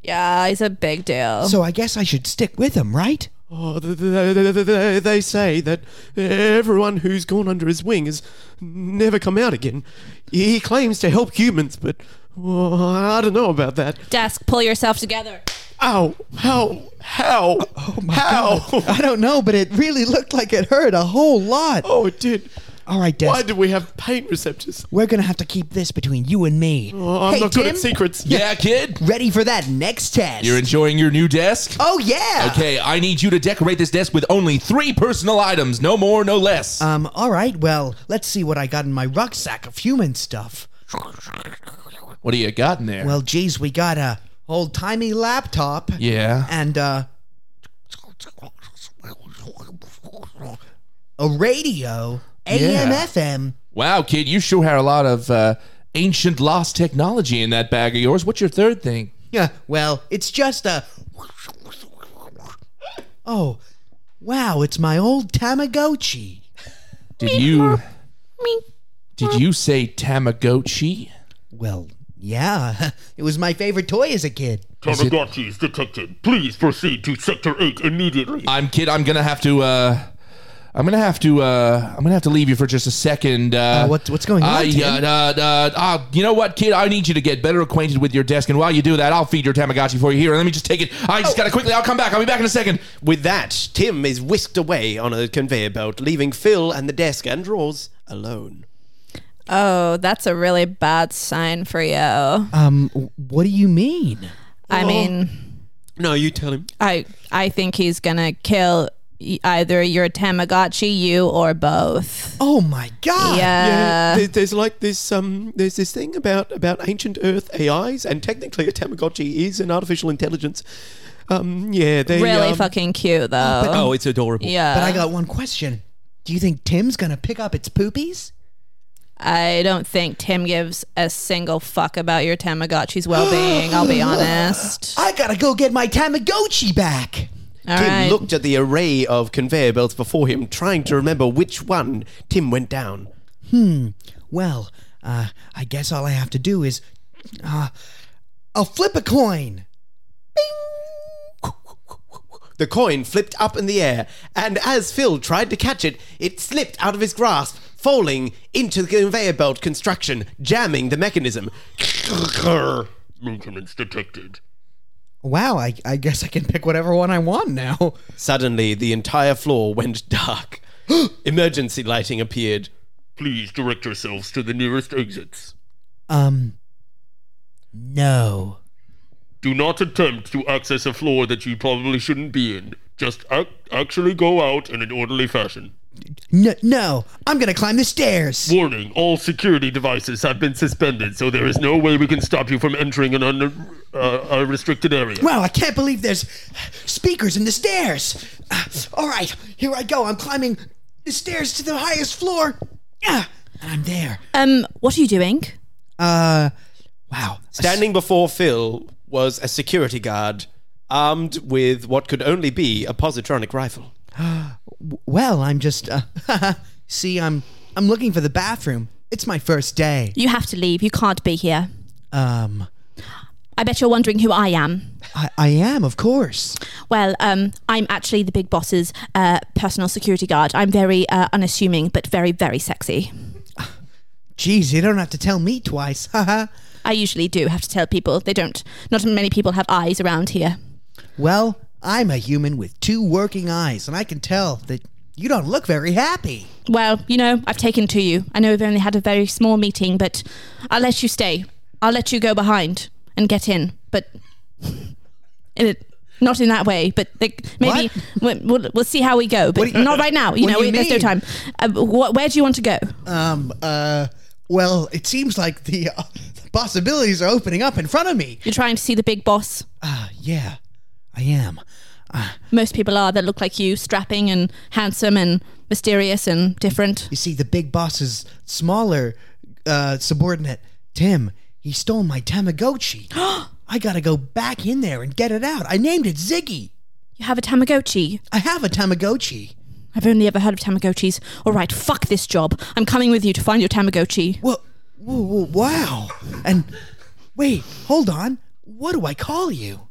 Yeah, he's a big deal. So I guess I should stick with him, right? Oh, th- th- th- th- th- they say that everyone who's gone under his wing has never come out again. He claims to help humans, but well, I don't know about that. Desk, pull yourself together. Ow! How? How? how? I don't know, but it really looked like it hurt a whole lot. Oh, it did. All right, Why Des, do we have paint receptors? we're gonna have to keep this between you and me. Oh, I'm Hey, not good Tim. at secrets. Yeah, kid. Ready for that next test? You're enjoying your new desk? oh yeah. Okay, I need you to decorate this desk with only three personal items, no more, no less. Um. All right. Well, let's see what I got in my rucksack of human stuff. what do you got in there? Well, geez, we got a old timey laptop. yeah. And uh, a radio, AM, Yeah. FM. Wow, kid, you sure had a lot of uh, ancient lost technology in that bag of yours. What's your third thing? Yeah, well, it's just a. Oh, wow, it's my old Tamagotchi. Did you Did you say Tamagotchi? Well, yeah, *laughs* it was my favorite toy as a kid. Tamagotchi is detected. Please proceed to Sector 8 immediately. I'm kid, I'm going to have to uh I'm gonna have to. Uh, I'm gonna have to leave you for just a second. Uh, Uh, what- what's going on, I, Tim? uh, uh, uh, uh, you know what, kid? I need you to get better acquainted with your desk, and while you do that, I'll feed your Tamagotchi for you here. Let me just take it. I Oh. just gotta quickly. I'll come back. I'll be back in a second. With that, Tim is whisked away on a conveyor belt, leaving Phil and the desk and drawers alone. Oh, that's a really bad sign for you. Um, what do you mean? I mean, No, you tell him. I I think he's gonna kill y- either your Tamagotchi, you, or both. Oh my god! Ah, yeah. there- there's like this um, there's this thing about about ancient Earth AIs, and technically a Tamagotchi is an artificial intelligence. Um, yeah, they really um, fucking cute though. Oh, it's adorable. yeah. But I got one question. Do you think Tim's gonna pick up its poopies? I don't think Tim gives a single fuck about your *gasps* Tamagotchi's well being, I'll be honest. I gotta go get my Tamagotchi back! All Tim right. looked at the array of conveyor belts before him, trying to remember which one Tim went down. Well, uh, I guess all I have to do is. Uh, I'll flip a coin! The coin flipped up in the air, and as Phil tried to catch it, it slipped out of his grasp, falling into the conveyor belt construction, jamming the mechanism. Maintenance detected. Wow, I, I guess I can pick whatever one I want now. Suddenly, the entire floor went dark. *gasps* Emergency lighting appeared. Please direct yourselves to the nearest exits. Um, no. Do not attempt to access a floor that you probably shouldn't be in. Just ac- actually go out in an orderly fashion. No, no, I'm gonna climb the stairs! Warning, all security devices have been suspended, so there is no way we can stop you from entering an un- uh, a restricted area. Wow, I can't believe there's speakers in the stairs! Uh, all right, here I go. I'm climbing the stairs to the highest floor. Yeah, and I'm there. um, what are you doing? Uh, wow. Standing before Phil was a security guard armed with what could only be a positronic rifle. Well, I'm just uh, *laughs* see, I'm I'm looking for the bathroom. It's my first day. You have to leave. You can't be here. Um, I bet you're wondering who I am. I, I am, of course. Well, um, I'm actually the big boss's uh, personal security guard. I'm very uh, unassuming, but very, very sexy. Jeez, you don't have to tell me twice. *laughs* Haha. I usually do have to tell people they don't. Not many people have eyes around here. well, I'm a human with two working eyes, and I can tell that you don't look very happy. Well, you know, I've taken to you. I know we've only had a very small meeting, but I'll let you stay. I'll let you go behind and get in, but *laughs* in it, not in that way. But like, maybe we- we'll, we'll see how we go. But not right now. You what know, do you we- there's no mean? time. Uh, wh- where do you want to go? Um. Uh. Well, it seems like the, uh, the possibilities are opening up in front of me. You're trying to see the big boss. Uh, yeah, I am. Most people are that look like you, strapping and handsome and mysterious and different. You see, the big boss's *gasps* smaller uh, subordinate, Tim, he stole my Tamagotchi. I gotta go back in there and get it out. I named it Ziggy. You have a Tamagotchi. I have a Tamagotchi. I've only ever heard of Tamagotchis. All right, fuck this job. I'm coming with you to find your Tamagotchi. Whoa, whoa, whoa, wow. And wait, hold on. What do I call you?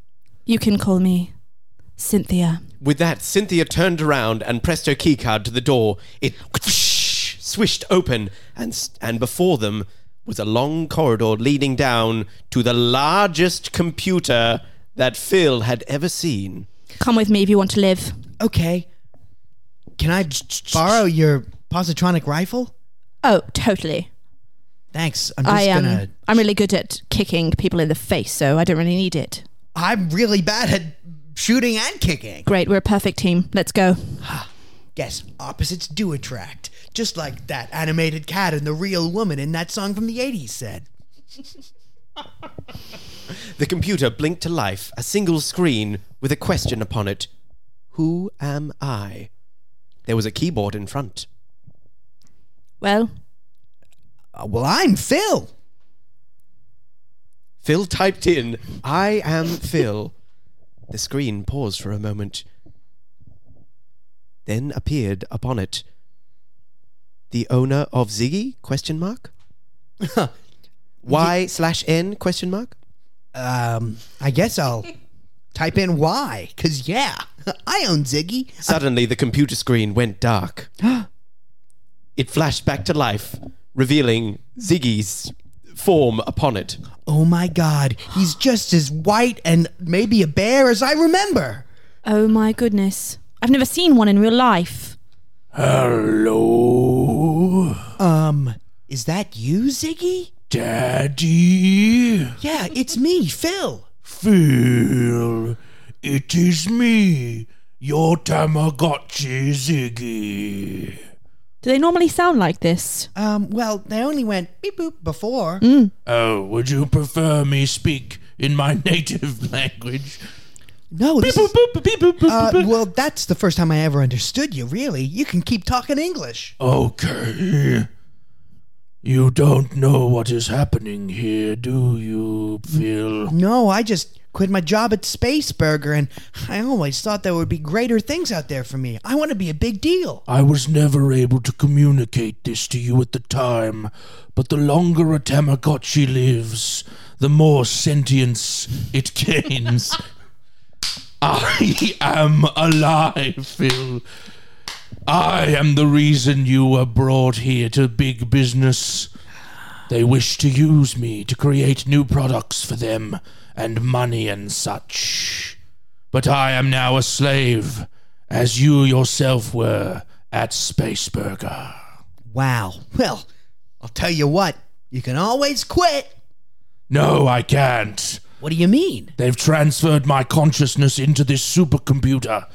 You can call me Cynthia. With that, Cynthia turned around and pressed her keycard to the door. It *laughs* swished open, and, s- and before them was a long corridor leading down to the largest computer that Phil had ever seen. Come with me if you want to live. Okay. Can I borrow your positronic rifle? Oh, totally. Thanks. I'm just I um, am. gonna. I'm really good at kicking people in the face, so I don't really need it. I'm really bad at shooting and kicking. Great, we're a perfect team. Let's go. Guess opposites do attract. Just like that animated cat and the real woman in that song from the 80s said. The computer blinked to life, a single screen with a question upon it Who am I? There was a keyboard in front. Well, Uh, well, I'm Phil. Phil typed in, I am Phil. The screen paused for a moment, then appeared upon it. The owner of Ziggy? Question mark. y slash n? Question mark. Um, I guess I'll type in why, because yeah, *laughs* I own Ziggy. Suddenly, the computer screen went dark. it flashed back to life, revealing Ziggy's form upon it. Oh my god, he's just as white and maybe a bear as I remember. oh my goodness. I've never seen one in real life. Um, is that you, Ziggy? Daddy, Yeah, it's me, Phil. Phil, it is me, your Tamagotchi Ziggy. Do they normally sound like this? Um, well, they only went beep boop before. Oh, would you prefer me speak in my *laughs* native language? No, this is- uh, well, that's the first time I ever understood you. Really, you can keep talking English. Okay. You don't know what is happening here, do you, Phil? No, I just quit my job at Spaceburger, and I always thought there would be greater things out there for me. I want to be a big deal. I was never able to communicate this to you at the time, but the longer a Tamagotchi lives, the more sentience it *laughs* gains. I am alive, Phil. I am the reason you were brought here to big business. They wish to use me to create new products for them and money and such. But I am now a slave, as you yourself were at Spaceburger. Wow. Well, I'll tell you what. You can always quit. No, I can't. What do you mean? They've transferred my consciousness into this supercomputer.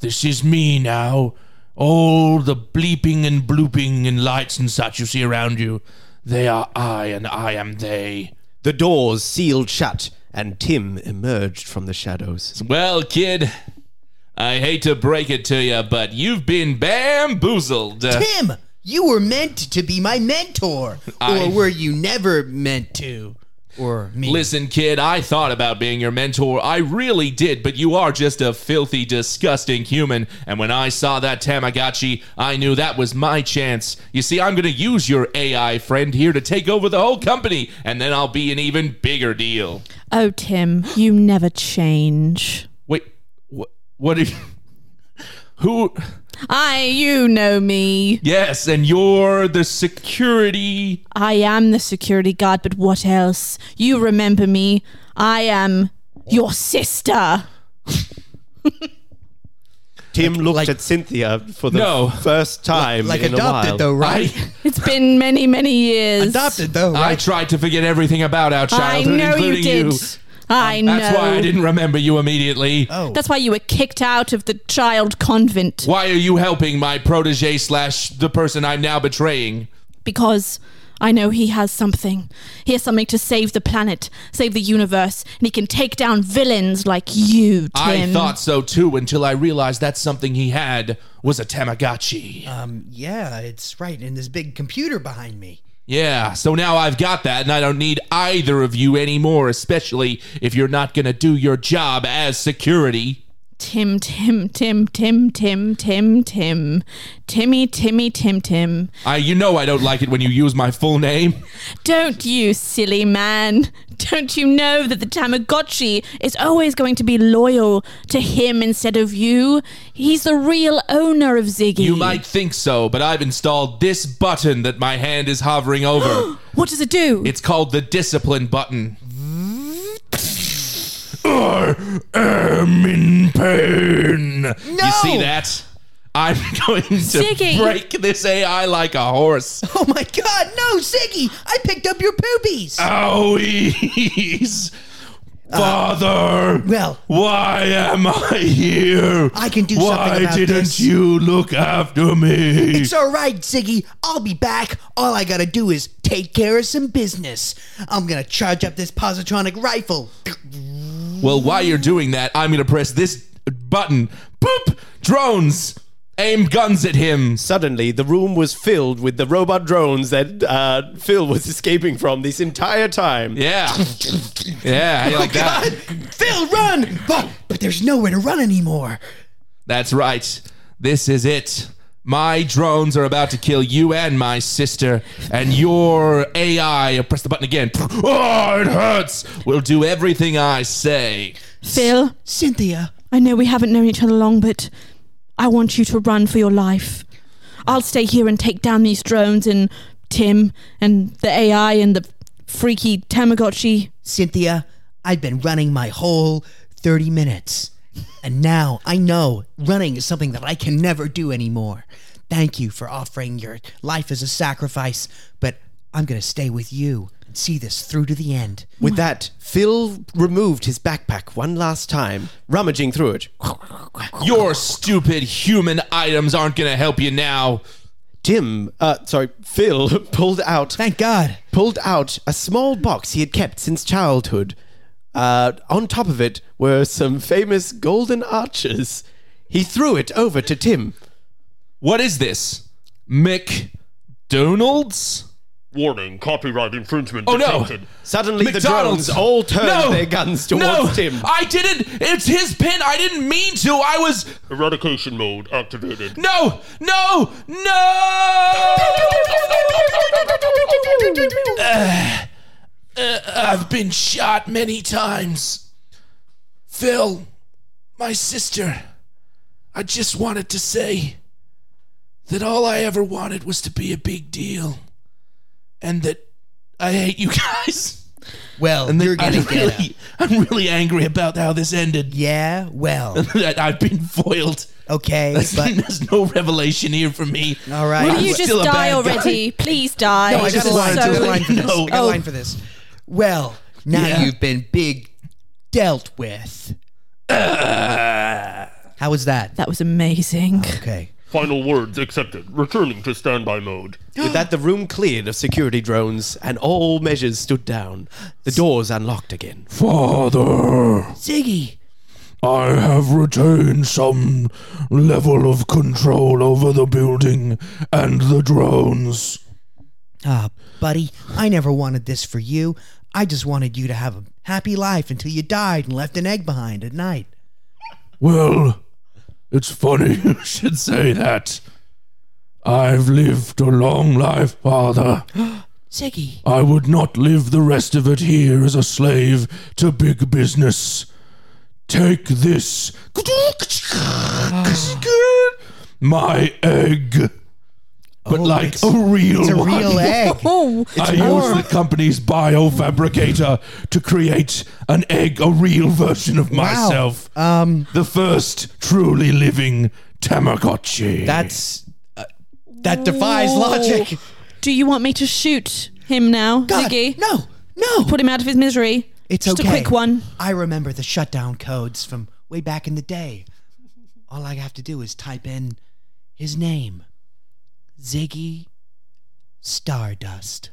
This is me now. All the bleeping and blooping and lights and such you see around you, they are I and I am they. The doors sealed shut, and Tim emerged from the shadows. Well, kid, I hate to break it to you, but you've been bamboozled. Tim, you were meant to be my mentor. I- Or were you never meant to? Or me? Listen, kid, I thought about being your mentor. I really did, but you are just a filthy, disgusting human. And when I saw that Tamagotchi, I knew that was my chance. You see, I'm going to use your AI friend here to take over the whole company, and then I'll be an even bigger deal. Oh, Tim, you never change. Wait, what? *laughs* What are you. Who? I, you know me. Yes, and you're the security. I am the security guard, but what else? You remember me. I am your sister. Tim looked at Cynthia for the No. first time like in adopted a though, while. right? I. It's been many, many years. adopted though, I right? tried to forget everything about our I childhood, know you including Um, did. I know. That's why I didn't remember you immediately. Oh. That's why you were kicked out of the child convent Why are you helping my protege slash the person I'm now betraying? because I know he has something. He has something to save the planet, save the universe, and he can take down villains like you, Tim. I thought so too until I realized that something he had was a Tamagotchi. Uh. um, yeah, it's right. And this big computer behind me. *laughs* Yeah, so now I've got that, and I don't need either of you anymore, especially if you're not going to do your job as security. Tim, Tim, Tim, Tim, Tim, Tim, Tim, Timmy, Timmy, Tim, Tim. I, you know I don't like it when you use my full name. Don't you, silly man? Don't you know that the Tamagotchi is always going to be loyal to him instead of you? He's the real owner of Ziggy. *laughs* You might think so, but I've installed this button that my hand is hovering over. What does it do? it's called the discipline button. am in pain. You see that? I'm *laughs* going to Ziggy. break this AI like a horse. Oh my god, no, Ziggy! I picked up your poopies! Ah. Owies. Uh, Father, well- why am I here? I can do why something about didn't this. you look after me? It's alright, Ziggy. I'll be back. All I gotta do is take care of some business. I'm gonna charge up this positronic rifle. Well, while you're doing that, I'm going to press this button. Boop! Drones! Aim guns at him. Suddenly, the room was filled with the robot drones that uh, Phil was *laughs* escaping from this entire time. Yeah. Yeah, how you like that? *laughs* Phil, run! But, but there's nowhere to run anymore. That's right. This is it. My drones are about to kill you and my sister, and your AI. Press the button again. *laughs* Oh, it hurts. Will do everything I say. Phil, Cynthia, I know we haven't known each other long, but I want you to run for your life. I'll stay here and take down these drones and Tim and the AI and the freaky Tamagotchi. Cynthia, I've been running my whole 30 minutes. And now I know running is something that I can never do anymore. Thank you for offering your life as a sacrifice, but I'm gonna stay with you and see this through to the end. With that, Phil removed his backpack one last time, rummaging through it. Your stupid human items aren't going to help you now. Tim, uh, sorry, Phil *laughs* pulled out Thank God. pulled out a small box he had kept since childhood. Uh, on top of it were some famous golden arches. He threw it over to Tim. What is this? McDonald's? Warning, copyright infringement Oh, no. detected. Suddenly, McDonald's. the drones all turned No. their guns towards No, Tim. Oh, *gasps* I didn't. It's his pin. I didn't mean to. I was. Eradication mode activated. No, no, no! Uh, uh, I've been shot many times. Phil, my sister, I just wanted to say that all I ever wanted was to be a big deal. And that I hate you guys. Well, And that you're gonna I'm, get out. really, I'm really angry about how this ended. *laughs* Yeah, well, That I've been foiled. *laughs* okay, There's, but there's no revelation here for me. all right. What Will I'm you just still a die bad already? Please die. I I got just a line, wanted I to got a line let for you this. know. I got a Oh. line for this. Well, now Yeah. you've been big dealt with. How was that? That was amazing. Okay. Final words accepted. Returning to standby mode. With that, the room cleared of security drones and all measures stood down. The doors unlocked again. Father. Ziggy, I have retained some level of control over the building and the drones. ah, buddy, I never wanted this for you. I just wanted you to have a happy life until you died and left an egg behind at night. Well, it's funny *laughs* you should say that. I've lived a long life, *gasps* Father. Ziggy, I would not live the rest of it here as a slave to big business. Take this. *sighs* My egg. But like a real Oh, it's a one. *laughs* real egg. Oh, I used the company's biofabricator to create an egg, a real version of myself. Um, The first truly living Tamagotchi. That's. Uh, that defies logic. do you want me to shoot him now, God, Ziggy? Uh, no, no. Put him out of his misery. It's just okay. a quick one. I remember the shutdown codes from way back in the day. All I have to do is type in his name Ziggy Stardust.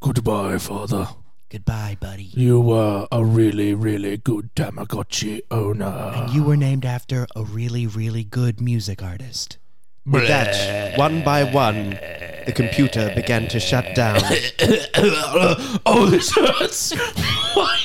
Goodbye, Father. Goodbye, buddy. You were a really, really good Tamagotchi owner. You were named after a really, really good music artist. With that, one by one, The computer began to *laughs* shut down. *laughs* oh, this hurts. *laughs* why,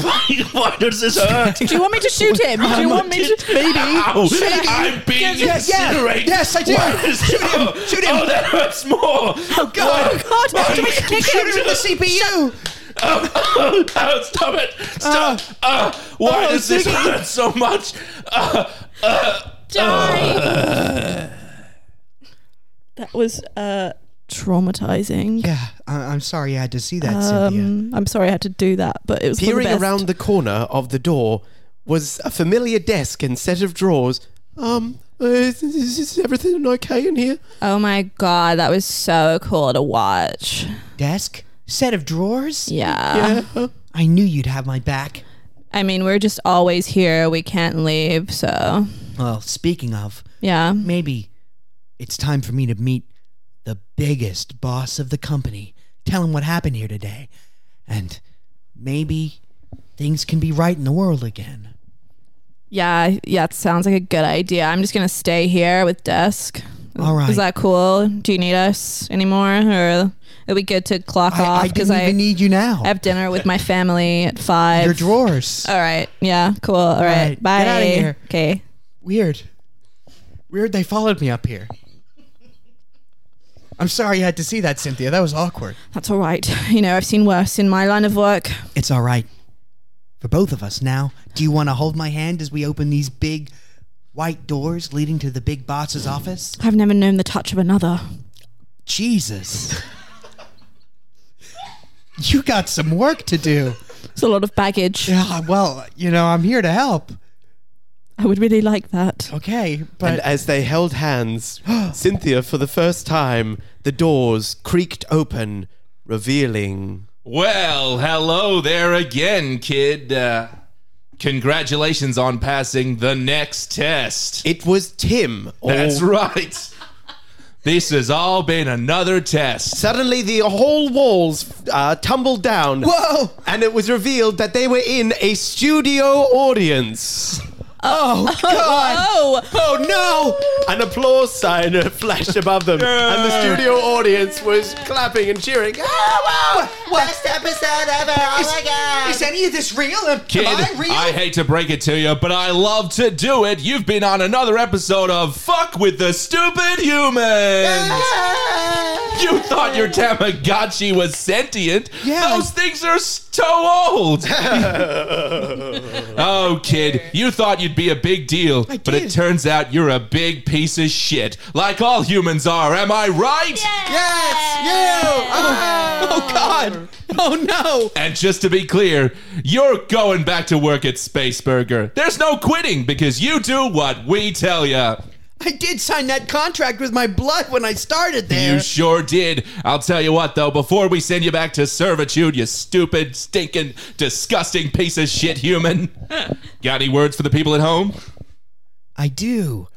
why, why does *laughs* this hurt? Do you want me to *laughs* shoot him? Do you want me to? *laughs* Ow, I'm being yes, yeah. incinerated. Yes, I do. Why is- Shoot him, shoot him. Oh, that hurts more. Oh, God. God, do we Shoot her in the CPU. Oh, oh, oh, stop it! Stop! Uh, why Oh, does this Ziggy. hurt so much? Uh, die? *laughs* that was uh, traumatizing. Yeah, I- I'm sorry I had to see that, Cynthia. Um, I'm sorry I had to do that, but it was for Peering the best. around the corner of the door was a familiar desk and set of drawers. Um, uh, is, is- is everything okay in here? Oh my god, that was so cool to watch. Desk, set of drawers. Yeah. *laughs* I knew you'd have my back. I mean, we're just always here. We can't leave, so Well, speaking of, yeah. maybe it's time for me to meet the biggest boss of the company. Tell him what happened here today, and maybe things can be right in the world again. Yeah, yeah, it sounds like a good idea. I'm just gonna stay here with desk. All right. Is that cool? Do you need us anymore? Or are we good to clock I, I off? Because didn't I, even need you now. I have dinner with my family at five. Your drawers. All right. Yeah, cool. All right. right, Bye. get outta here. Okay. Weird. Weird they followed me up here. I'm sorry you had to see that, Cynthia. That was awkward. That's all right. *laughs* You know, I've seen worse in my line of work. It's all right. For both of us now, do you want to hold my hand as we open these big white doors leading to the big boss's office? I've never known the touch of another. Jesus. *laughs* you got some work to do. It's a lot of baggage. Yeah, well, you know, I'm here to help. I would really like that. Okay, but And as they *gasps* held hands, Cynthia, for the first time, the doors creaked open, revealing. Well, hello there again, kid. Uh, congratulations on passing the next test. It was Tim. Or That's right. This has all been another test. Suddenly, the whole walls uh, tumbled down. Whoa! And it was revealed that they were in a studio audience. Oh, Oh no! An applause sign flashed above them, and the studio audience was clapping and cheering. Oh, wow! Best episode ever! Oh my god! is any of this real? Am, Kid, am I real? hate to break it to you, but I love to do it. You've been on another episode of Fuck with the Stupid Humans. You thought your Tamagotchi was sentient? Yeah. Those things are so *laughs* old. oh, kid, you thought you'd be a big deal, but it did. turns out you're a big piece of shit, like all humans are. Am I right? yes! Yeah! Oh, oh, God! Oh, no! And just to be clear, you're going back to work at Spaceburger. There's no quitting because you do what we tell ya. I did sign that contract with my blood when *laughs* I started there. You sure did. I'll tell you what, though, before we send you back to servitude, you stupid, stinking, disgusting piece of shit human. Got any words for the people at home? I do.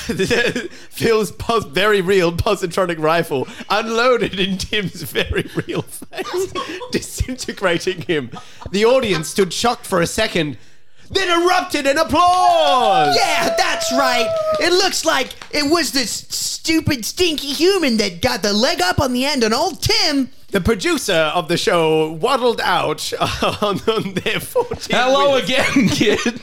Phil's pos- very real positronic rifle unloaded in Tim's very real *laughs* face, disintegrating him. The audience stood shocked for a second, then erupted in applause. Yeah, that's right. It looks like it was this stupid, stinky human that got the leg up on the end, and old Tim. The producer of the show waddled out *laughs* on, on their 14. Hello again, kid.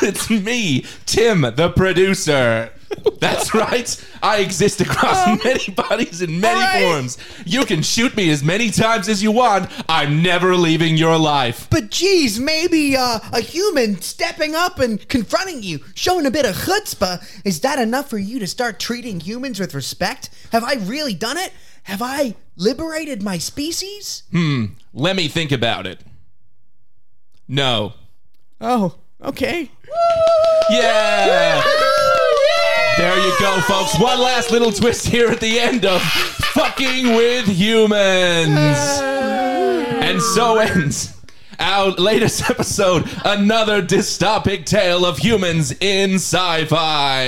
it's me, Tim, the producer. That's *laughs* right. I exist across many bodies in many Alright. forms. You can shoot me as many times as you want. I'm never leaving your life. But geez, maybe uh, a human stepping up and confronting you, showing a bit of chutzpah, is that enough for you to start treating humans with respect? Have I really done it? Have I liberated my species? Let me think about it. No. Oh, okay. Yeah. There you go, folks. One last little twist here at the end of Fucking with Humans. And so ends our latest episode another dystopic tale of humans in sci fi.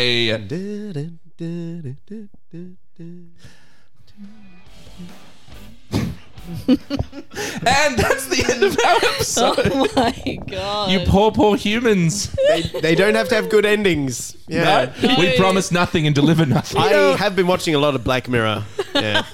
and that's the end of our episode. Oh my god. You poor, *laughs* poor humans. They, they don't have to have good endings. Yeah. No? We promise nothing and deliver nothing. I have been watching a lot of Black Mirror. *laughs* Yeah.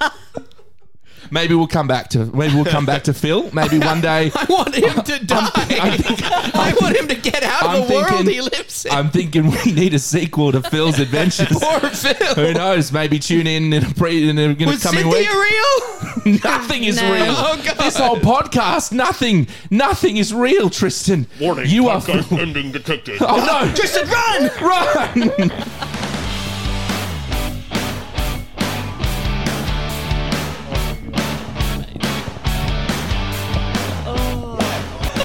Maybe we'll come back to maybe we'll come back to Phil. Maybe one day *laughs* I want him *laughs* to die. I think- I want him to get out I'm of the world thinking- he lives in. I'm thinking we need a sequel to *laughs* Phil's adventures. Poor Phil. Who knows? Maybe tune in in a, pre, in a, in a Was coming Cynthia week. real? nothing is No. real. Oh, God. This whole podcast, nothing, nothing is real, Tristan. Warning. *laughs* you are. podcast ending detected. oh no! Tristan, run! Run!